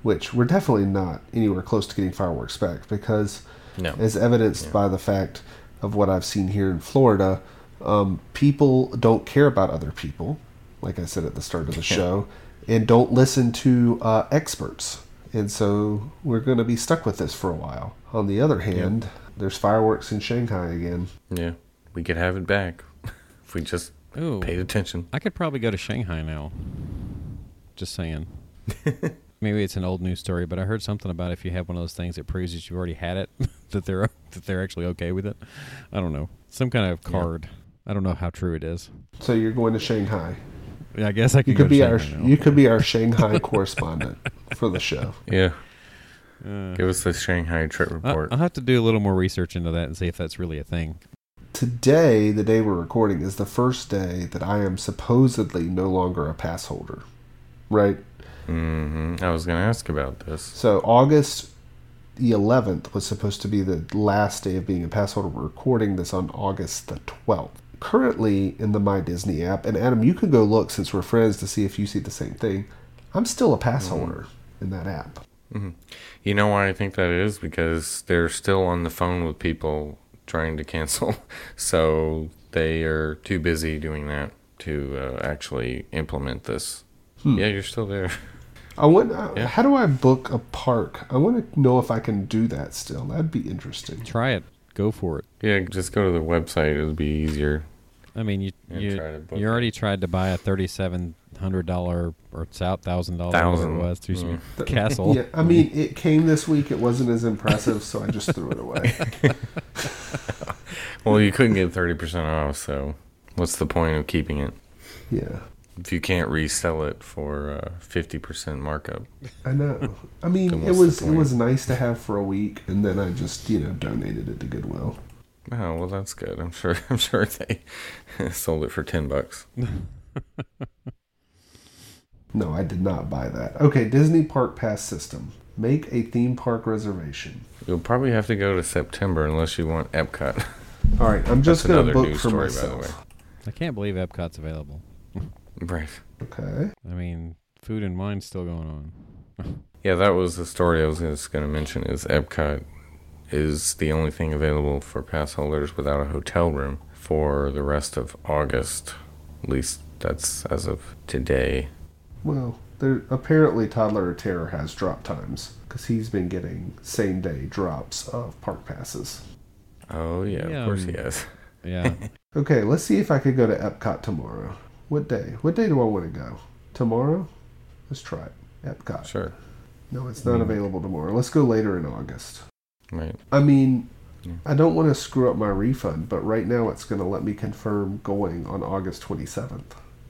S3: which we're definitely not anywhere close to getting fireworks back because,
S1: No.
S3: as evidenced by the fact of what I've seen here in Florida, um, people don't care about other people, like I said at the start of the show, and don't listen to uh, experts. And so we're going to be stuck with this for a while. On the other hand, there's fireworks in Shanghai again.
S1: Yeah. We could have it back (laughs) if we just
S2: Ooh.
S1: paid attention.
S2: I could probably go to Shanghai now. Just saying. Maybe it's an old news story, but I heard something about if you have one of those things that proves that you've already had it, (laughs) that they're that they're actually okay with it. I don't know. Some kind of card. I don't know how true it is.
S3: So you're going to Shanghai.
S2: Yeah, I guess I could,
S3: You could
S2: go
S3: be
S2: to
S3: our
S2: Shanghai now.
S3: you could be our Shanghai (laughs) correspondent for the show.
S1: Yeah.
S2: Uh,
S1: Give us the Shanghai trip
S2: I-
S1: report.
S2: I'll have to do a little more research into that and see if that's really a thing.
S3: Today, the day we're recording, is the first day that I am supposedly no longer a pass holder. Right?
S1: hmm I was going to ask about this.
S3: So August the 11th was supposed to be the last day of being a pass holder. We're recording this on August the 12th. Currently in the My Disney app, and Adam, you can go look since we're friends to see if you see the same thing. I'm still a pass
S2: Mm.
S3: holder in that app.
S1: You know why I think that is? Because they're still on the phone with people trying to cancel. (laughs) So they are too busy doing that to uh, actually implement this. Yeah, you're still there. (laughs)
S3: I want. uh
S1: Yeah.
S3: How do I book a park? I want to know if I can do that still. That'd be interesting.
S2: Try it. Go for it.
S1: Yeah, just go to the website. It'll be easier.
S2: I mean, you
S1: And
S2: you,
S1: try to book
S2: you
S1: it.
S2: already tried to buy a thirty-seven hundred dollar or thousand dollar whatever
S1: Thousand.
S2: it was through some
S3: Th-
S2: castle.
S3: (laughs) Yeah, I mean, it came this week. It wasn't as impressive, so I just threw
S1: (laughs)
S3: it away.
S1: Well, you couldn't get 30% off, so what's the point of keeping it
S3: Yeah,
S1: if you can't resell it for uh, 50% markup?
S3: I know. I mean,
S1: Then
S3: it
S1: what's
S3: was
S1: the
S3: it
S1: point?
S3: was nice to have for a week, and then I just you know donated it to Goodwill.
S1: Oh, well, that's good. I'm sure (laughs) I'm sure they sold it for 10 bucks.
S3: No, I did not buy that. Okay, Disney Park Pass system. Make a theme park reservation.
S1: You'll probably have to go to September unless you want Epcot. (laughs)
S3: All right, I'm just
S1: That's
S3: going to
S1: another
S3: book
S1: news
S3: for
S1: story, by
S3: myself.
S2: I can't believe Epcot's available.
S1: the way. Right.
S3: Okay.
S2: I mean, food and wine's still going on.
S1: Yeah, that was the story I was just going to mention is Epcot is the only thing available for pass holders without a hotel room for the rest of August. At least that's as of today.
S3: Well, there apparently Toddler of Terror has drop times because he's been getting same day drops of park passes.
S1: Oh, yeah, of course he
S2: Yum.
S1: has. (laughs)
S2: Yeah,
S3: Okay, let's see if I could go to Epcot tomorrow. What day? What day do I want to go? Tomorrow? Let's try it. Epcot.
S1: Sure.
S3: No, it's not available tomorrow. Let's go later in August.
S1: Right.
S3: I mean,
S1: Yeah.
S3: I don't want to screw up my refund, but right now it's going to let me confirm going on August 27th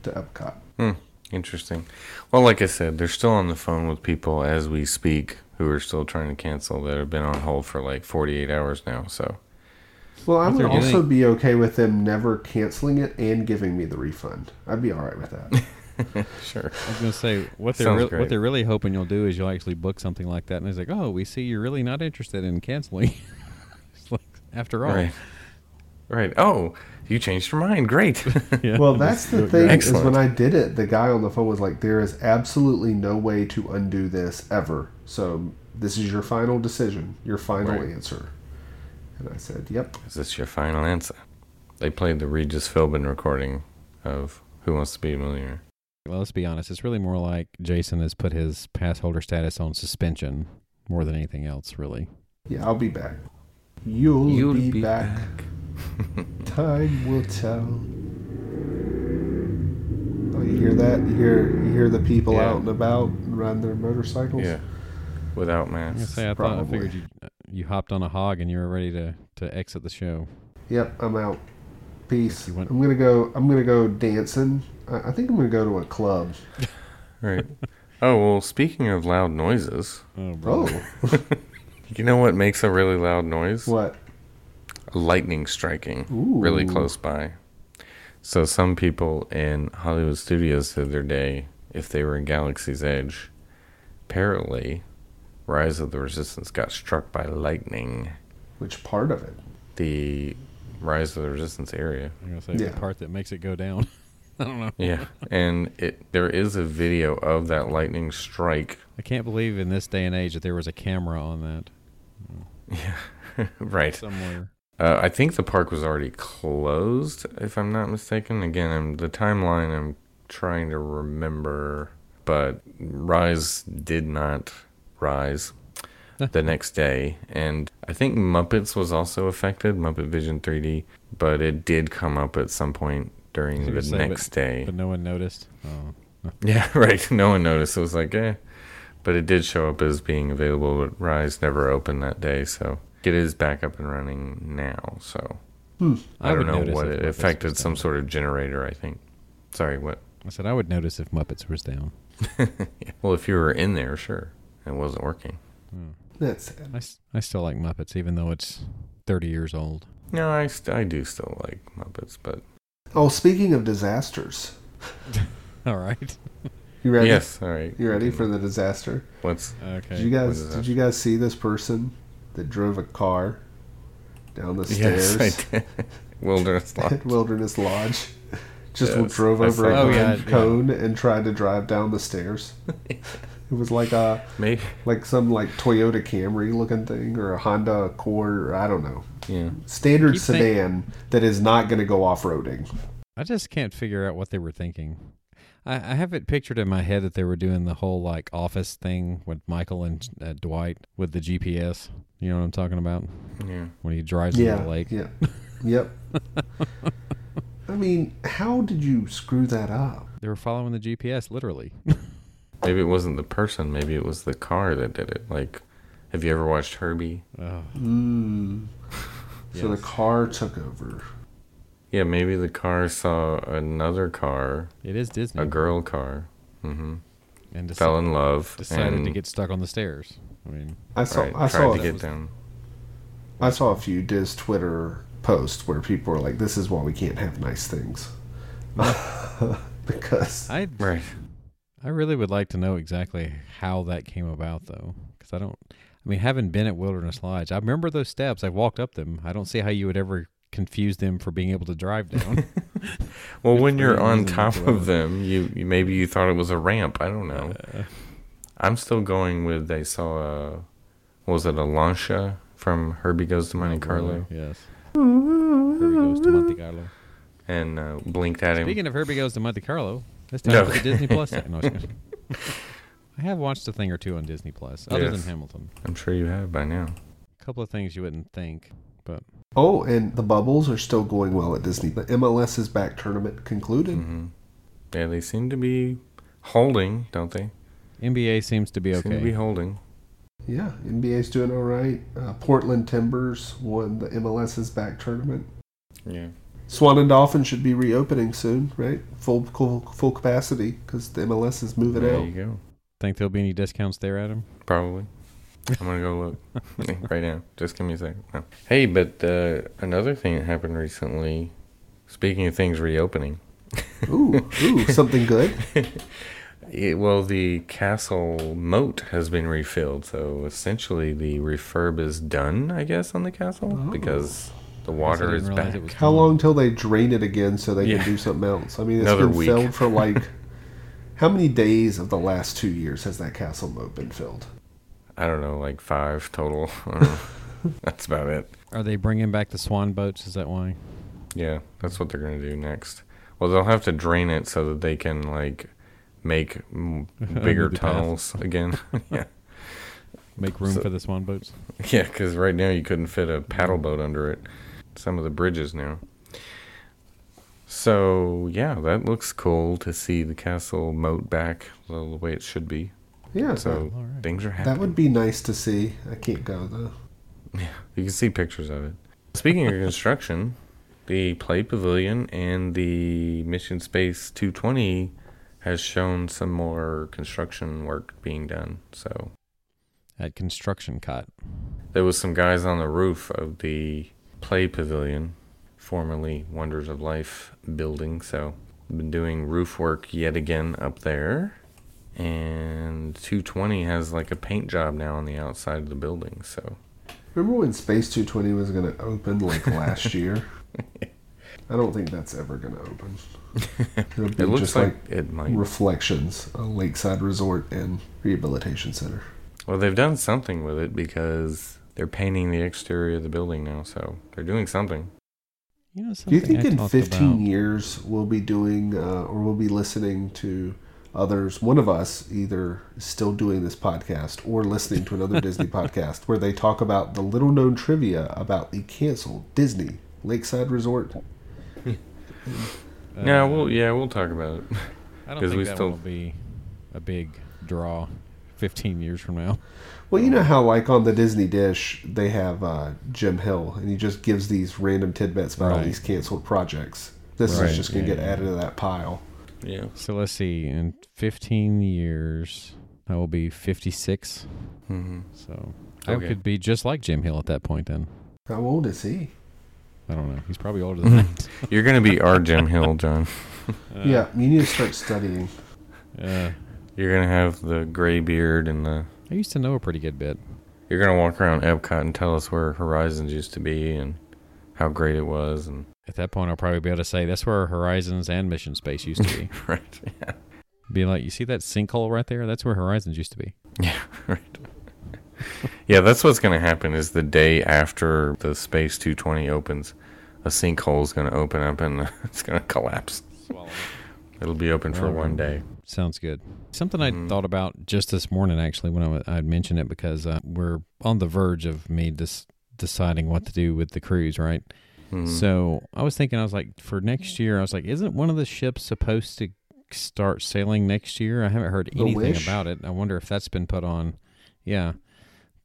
S3: to Epcot.
S1: Hmm. Interesting. Well, like I said, they're still on the phone with people as we speak who are still trying to cancel that have been on hold for like 48 hours now. So,
S3: Well, I
S2: What
S3: would
S2: they're doing-
S3: also be okay with them never canceling it and giving me the refund. I'd be all right with
S1: (laughs)
S3: that.
S1: sure.
S2: I was gonna say what they're
S1: Sounds
S2: real-
S1: great.
S2: what they're really hoping you'll do is you'll actually book something like that, and it's like, oh, we see you're really not interested in canceling. (laughs) it's like, after all,
S1: Right. Right. Oh, you changed your mind. Great.
S2: (laughs)
S1: (laughs)
S2: yeah,
S3: Well,
S2: just
S3: that's
S2: do
S3: the
S2: it yourself.
S3: thing is
S1: Excellent.
S3: when I did it, the guy on the phone was like, "There is absolutely no way to undo this ever. So this is your final decision, your final
S1: Right.
S3: answer." And I said, "Yep."
S1: Is this your final answer? They played the Regis Philbin recording of Who Wants to Be a Millionaire.
S2: Well, let's be honest. It's really more like Jason has put his pass holder status on suspension more than anything
S1: (laughs)
S2: else, really.
S3: Yeah, I'll be back. You'll,
S1: You'll
S3: be,
S1: be
S3: back.
S1: (laughs)
S3: Time will tell. Oh, you hear that? You hear you hear the people
S1: Yeah.
S3: out and about riding their motorcycles.
S1: Yeah. Without
S2: I, was
S1: masks.
S2: gonna say, I thought I
S3: Probably.
S2: figured you uh, you hopped on a hog and you were ready to, to exit the show.
S3: Yep, I'm out. Peace.
S2: You want-
S3: I'm gonna go. I'm gonna go dancing. I I think I'm gonna go to a club.
S1: Right. Oh, well, speaking of loud noises,
S2: Oh,
S3: Oh,
S1: you know what makes a really loud noise?
S3: (laughs) what?
S1: lightning striking
S3: Ooh.
S1: really close by. So some people in Hollywood studios the other day, if they were in Galaxy's Edge, apparently, Rise of the Resistance got struck by lightning.
S3: Which part of it?
S1: The Rise of the Resistance area.
S2: I'm gonna say
S3: Yeah.
S2: the part that makes it go down. (laughs) I don't know.
S1: Yeah, and it there is a video of that lightning strike.
S2: I can't believe in this day and age that there was a camera on that
S1: right.
S2: somewhere.
S1: Uh, I think the park was already closed, if I'm not mistaken. Again, I'm, the timeline I'm trying to remember, but Rise did not rise the next day. And I think Muppets was also affected, Muppet Vision 3D, but it did come up at some point
S2: I was
S1: during
S2: gonna
S1: the
S2: say, but-
S1: next day.
S2: But no one noticed. Oh.
S1: Yeah, (laughs) right. No one noticed. It was like, eh. But it did show up as being available, but Rise never opened that day, so it is back up and running now. So I,
S2: would
S1: don't know
S2: notice
S1: what
S2: if
S1: it
S2: Muppets
S1: affected.
S2: was
S1: Some
S2: down.
S1: sort of generator, I think. Sorry, what? (laughs)
S2: I said I would notice if Muppets was down.
S1: Well, if you were in there, sure. It wasn't working.
S2: Hmm.
S3: That's sad.
S2: I, s- I still like Muppets, even though it's 30 years old. (laughs)
S1: No, I, st- I do still like Muppets, but
S3: Oh, speaking of disasters,
S2: All right.
S3: you ready?
S1: yes, all right.
S3: You ready for the disaster?
S1: what's?
S2: Okay.
S3: Did you guys?
S1: What is
S3: Did you guys see this person that drove a car down the stairs
S1: Yes, I did. (laughs) Wilderness Lodge.
S3: (laughs) at Wilderness Lodge? (laughs) Just
S1: Yes,
S3: drove
S1: I
S3: over
S1: saw
S3: a
S1: that.
S2: Oh, yeah,
S3: blind
S2: yeah.
S3: cone and tried to drive down the stairs. (laughs) it was like a
S1: Maybe.
S3: like some like Toyota Camry looking thing or a Honda Accord or I don't know
S1: Yeah.
S3: standard
S2: Keep think-
S3: sedan that is not going to go off roading.
S2: I just can't figure out what they were thinking. I, I have it pictured in my head that they were doing the whole like office thing with Michael and uh, Dwight with the GPS. You know what I'm talking about?
S1: Yeah.
S2: When he drives into
S3: Yeah,
S2: the lake.
S3: yeah,
S1: (laughs)
S3: yep. I mean, how did you screw that up?
S2: They were following the GPS literally.
S1: Maybe it wasn't the person. Maybe it was the car that did it. Like, have you ever watched Herbie?
S2: oh,
S3: Mm. So the
S2: Yes.
S3: car took over.
S1: Yeah, maybe the car saw another car,
S2: it is Disney.
S1: a girl car, hmm
S2: and deci-
S1: fell in love,
S2: decided
S1: and,
S2: to get stuck on the stairs. I mean,
S3: I saw
S1: right,
S3: I
S1: tried
S3: saw
S1: to
S3: a,
S1: get down.
S3: I saw a few Diz Twitter posts where people were like, "This is why we can't have nice things," (laughs) because
S2: I
S1: Right.
S2: I really would like to know exactly how that came about, though, because I don't. I mean, having been at Wilderness Lodge, I remember those steps. I walked up them. I don't see how you would ever confuse them for being able to drive down.
S1: Well, when
S2: for
S1: you're
S2: you, Uh.
S1: on
S2: isn't it,
S1: top
S2: whatever.
S1: of them, you, you maybe you thought it was a ramp. I don't know. I'm still going with they saw a what was it a lancha from Herbie Goes to (laughs)
S2: Oh,
S1: Monte Carlo
S2: Yes. Herbie goes to Monte Carlo.
S1: and uh, blinked at him.
S2: Speaking of Herbie goes to Monte Carlo, it's time
S1: No.
S2: for the
S1: (laughs)
S2: Disney Plus. app. No, I was kidding. I have watched a thing or two on Disney Plus, other
S1: Yes.
S2: than Hamilton.
S1: I'm sure you have by now.
S2: A couple of things you wouldn't think, but
S3: oh, and the bubbles are still going well at Disney. The MLS's back tournament concluded.
S1: Mm-hmm. Yeah, they seem to be holding, don't they?
S2: NBA seems to be
S1: Seem to be
S2: okay.
S1: holding.
S3: Yeah, NBA's doing all right. Uh, Portland Timbers won the MLS's back tournament.
S1: Yeah.
S3: Swan and Dolphin should be reopening soon, right? Full full, full capacity because the MLS is moving
S1: there
S3: out.
S1: you go.
S2: Think there'll be any discounts there, Adam?
S1: Probably. I'm gonna go
S2: (laughs)
S1: look right now. Just give me a second. No. Hey, but uh, another thing that happened recently. Speaking of things reopening, (laughs)
S3: Ooh, ooh, something good.
S1: it, well, the castle moat has been refilled, so essentially the refurb is done, I guess, on the castle
S2: Oh.
S1: because the water
S2: didn't
S1: is
S2: realize
S1: back.
S2: it was-
S3: How long till they drain it again so they
S1: Yeah.
S3: can do something else? I mean, it's
S1: Another
S3: been
S1: week. (laughs)
S3: filled for like how many days of the last two years has that castle moat been filled?
S1: I don't know, like five total. (laughs) I don't know. That's about it.
S2: Are they bringing back the swan boats? Is that why?
S1: Yeah, that's what they're gonna do next. Well, they'll have to drain it so that they can like make
S2: (laughs)
S1: m- bigger
S2: the path.
S1: tunnels again. (laughs) yeah.
S2: Make room
S1: So-
S2: for the swan boats?
S1: (laughs) Yeah, because right now you couldn't fit a paddle
S3: Mm-hmm.
S1: boat under it. Some of the bridges now. So yeah, that looks cool to see the castle moat back the way it should be.
S3: Yeah,
S1: So
S2: all right.
S1: things are happening.
S3: that would be nice to see. I can't go though.
S1: You can see pictures of it. Speaking of
S3: (laughs)
S1: construction, the Play Pavilion and the Mission Space 220 has shown some more construction work being done. So
S2: At construction cot.
S1: there was some guys on the roof of the play pavilion formerly wonders of life building so been doing roof work yet again up there And 220 has like a paint job now on the outside of the building. So (laughs)
S3: Remember when Space 220 was going to open like last (laughs) year? I don't think that's ever going to open. It'll
S1: (laughs)
S3: be
S1: it looks
S3: just
S1: like,
S3: like,
S1: it might.
S3: Reflections, a lakeside resort and rehabilitation center.
S1: Well, they've done something with it because they're painting the exterior of the building now. So they're doing something.
S2: You know,
S3: Do
S2: something
S3: you think
S2: I
S3: in
S2: talked
S3: 15
S2: about-
S3: years we'll be doing uh, or we'll be listening to others, one of us either still doing this podcast or listening to
S2: (laughs)
S3: another Disney podcast where they talk about the little known trivia about the canceled Disney Lakeside Resort?
S2: Uh,
S1: yeah, well, yeah, we'll talk about it.
S2: I don't
S1: 'cause
S2: think
S1: we
S2: that
S1: still-
S2: will be a big draw 15 years from now. (laughs)
S3: Well, you know how, like on the Disney Dish, they have uh, Jim Hill, and he just gives these random tidbits about all
S2: Right.
S3: these canceled projects. This
S2: Right,
S3: is just going to
S2: yeah,
S3: get
S2: yeah.
S3: added to that pile.
S1: Yeah.
S2: So let's see. In 15 years, I will be 56.
S1: hmm
S2: So I
S1: Okay.
S2: could be just like Jim Hill at that point then.
S3: How old is he?
S2: I don't know. He's probably
S1: (laughs)
S2: older than that.
S1: You're going to be our Jim Hill, John.
S2: Uh,
S3: yeah, you need to start
S2: (laughs)
S3: studying.
S2: Uh,
S1: You're going to have the gray beard and the.
S2: I used to know a pretty good bit.
S1: You're going to walk around Epcot and tell us where Horizons used to be and how great it was. And (laughs)
S2: At that point, I'll probably be able to say that's where Horizons and Mission Space used to
S3: (laughs)
S2: be.
S1: (laughs) Right. Yeah.
S2: be like, you see that sinkhole right there? That's where Horizons used to be.
S1: Yeah, right. yeah, that's what's going to happen is the day after the Space 220 opens, a sinkhole is going to open up and (laughs) it's going to collapse. It'll be open for
S2: Well,
S1: one day.
S2: Sounds good. Something I
S3: Mm-hmm.
S1: Mhm.
S2: thought about just this morning, actually, when I w- I'd mentioned it because uh, we're on the verge of me just deciding what to do with the cruise, right?
S3: Mm-hmm.
S1: Mhm.
S2: So I was thinking, I was like, for next year, I was like, isn't one of the ships supposed to start sailing next year? I haven't heard
S3: The
S2: anything
S3: Wish?
S2: about it. I wonder if that's been put on. Yeah.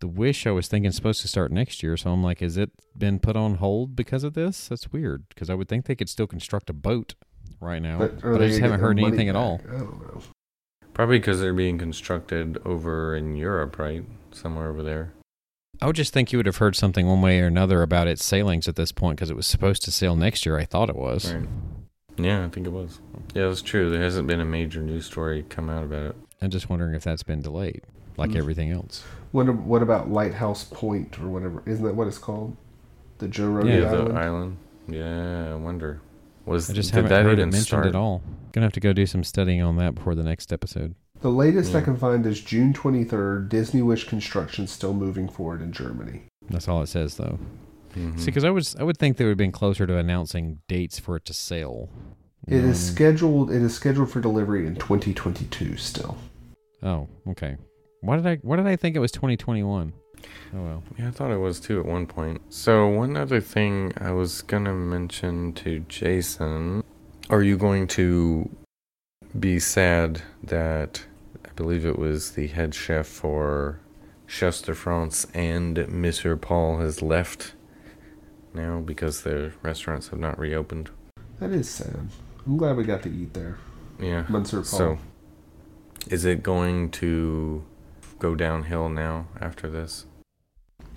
S2: The Wish I was thinking is supposed to start next year. So I'm like, is it been put on hold because of this? That's weird because I would think they could still construct a boat right now. But,
S3: are
S2: I
S3: they
S2: just
S3: gonna
S2: haven't
S3: get their
S2: heard
S3: money
S2: anything at
S3: back?
S2: all.
S3: I don't know.
S1: Probably because they're being constructed over in Europe, right? Somewhere over there.
S2: I would just think you would have heard something one way or another about its sailings at this point because it was supposed to sail next year. I thought it was.
S1: Right. Yeah, I think it was. Yeah, that's true. There hasn't been a major news story come out about it.
S2: I'm just wondering if that's been delayed like
S3: Mm.
S2: everything else.
S3: What, ab- what about Lighthouse Point or whatever? Isn't that what it's called? The Joe Rogan
S1: Yeah,
S3: Island?
S1: the island. Yeah, I wonder. Was
S2: I just
S1: did
S2: haven't
S1: that
S2: heard it
S1: even
S2: mentioned
S1: start?
S2: at all. Gonna have to go do some studying on that before the next episode.
S3: The latest I
S1: Yeah.
S3: can find is June 23rd, Disney Wish construction still moving forward in Germany.
S2: That's all it says though.
S1: Mhm.
S2: See, because I was I would think they would have been closer to announcing dates for it to sail. You
S3: It
S2: know
S3: is
S2: what
S3: scheduled it is scheduled for delivery in 2022 still.
S2: I mean? Oh, okay. Why did I why did I think it was 2021? Oh well.
S1: Yeah, I thought it was too at one point. So, one other thing I was going to mention to Jason are you going to be sad that I believe it was the head chef for Chefs de France and Monsieur Paul has left now because their restaurants have not reopened?
S3: That is sad. I'm glad we got to eat there.
S1: Yeah.
S3: Munster Paul.
S1: So, is it going to go downhill now after this?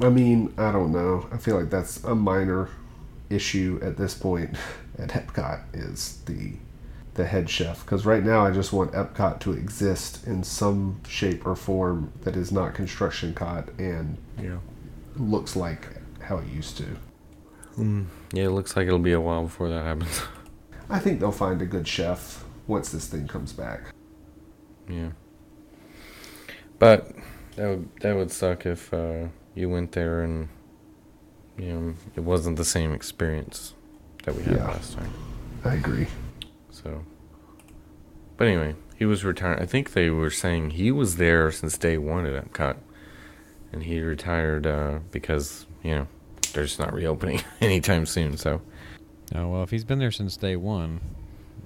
S3: I mean, I don't know. I feel like that's a minor issue at this point (laughs) at Epcot is the the head chef because right now I just want Epcot to exist in some shape or form that is not construction cod and
S1: Yeah.
S3: looks like how it used to.
S2: Hmm.
S1: Yeah, it looks like it'll be a while before that happens. (laughs)
S3: I think they'll find a good chef once this thing comes back.
S1: Yeah. But that would that would suck if uh, you went there and you know it wasn't the same experience that we had
S3: Yeah.
S1: last time.
S3: I agree.
S1: So. But anyway, he was retired. I think they were saying he was there since day one at Epcot, and he retired uh, because you know they're just not reopening (laughs) anytime soon. So
S2: Oh well, if he's been there since day one,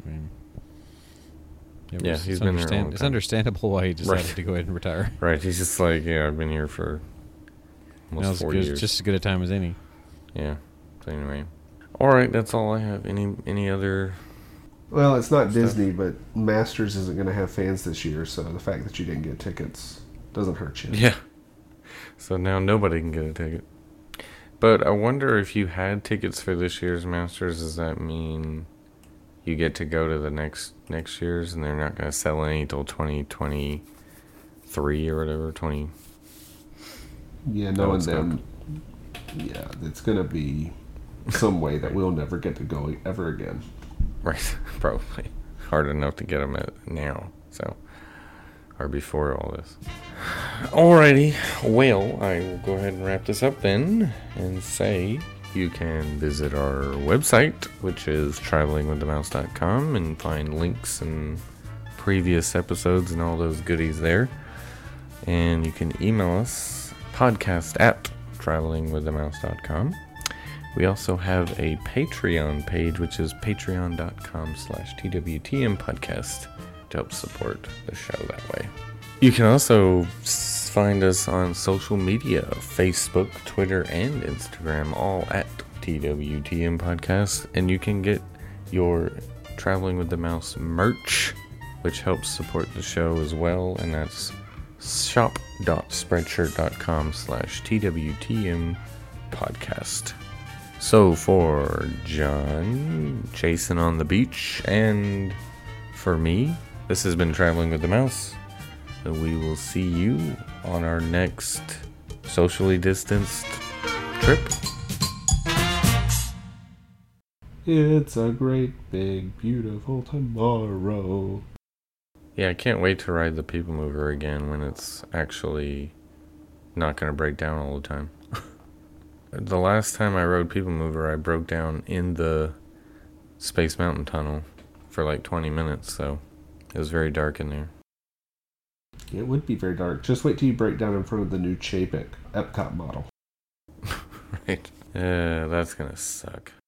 S2: I mean, it
S1: Yeah,
S2: was-
S1: he's
S2: it's
S1: been there a long
S2: It's
S1: time.
S2: understandable why he decided
S1: Right.
S2: to go ahead and retire.
S1: right, he's just like yeah, I've been here for (laughs) almost
S2: Now's
S1: four
S2: good-
S1: years.
S2: just as good a time as any.
S1: Yeah. So anyway, all right. That's all I have. Any any other?
S3: Well, it's not
S1: Stuff.
S3: Disney, but Masters isn't going to have fans this year, so the fact that you didn't get tickets doesn't hurt you.
S1: Yeah. (laughs) So now nobody can get a ticket. But I wonder if you had tickets for this year's Masters. Does that mean you get to go to the next next year's, and they're not going to sell any till 2023 or whatever. 20.
S3: Yeah,
S1: No,
S3: knowing
S1: it's not
S3: them. Yeah, it's gonna be some way that we'll never get to go ever again.
S1: Right, (laughs) probably hard enough to get them at now. So, or before all this. Alrighty, well, I will go ahead and wrap this up then, and say you can visit our website, which is travelingwiththemouse.com, and find links and previous episodes and all those goodies there. And you can email us podcast at travelingwiththemouse.com. We also have a Patreon page, which is patreon.com slash TWTM podcast to help support the show that way. You can also s- find us on social media Facebook, Twitter, and Instagram, all at TWTM podcast. And you can get your Traveling with the Mouse merch, which helps support the show as well. And that's shop.spreadshirt.com slash TWTM podcast. So for John, Jason on the beach, and for me, this has been Traveling with the Mouse. So we will see you on our next socially distanced trip.
S3: It's a great big beautiful tomorrow.
S1: Yeah, I can't wait to ride the People Mover again when it's actually not going to break down all the time. (laughs) the last time I rode People Mover, I broke down in the Space Mountain Tunnel for like 20 minutes, so it was very dark in there.
S3: It would be very dark. Just wait till you break down in front of the new Chapek Epcot model.
S1: right. Uh, that's gonna suck.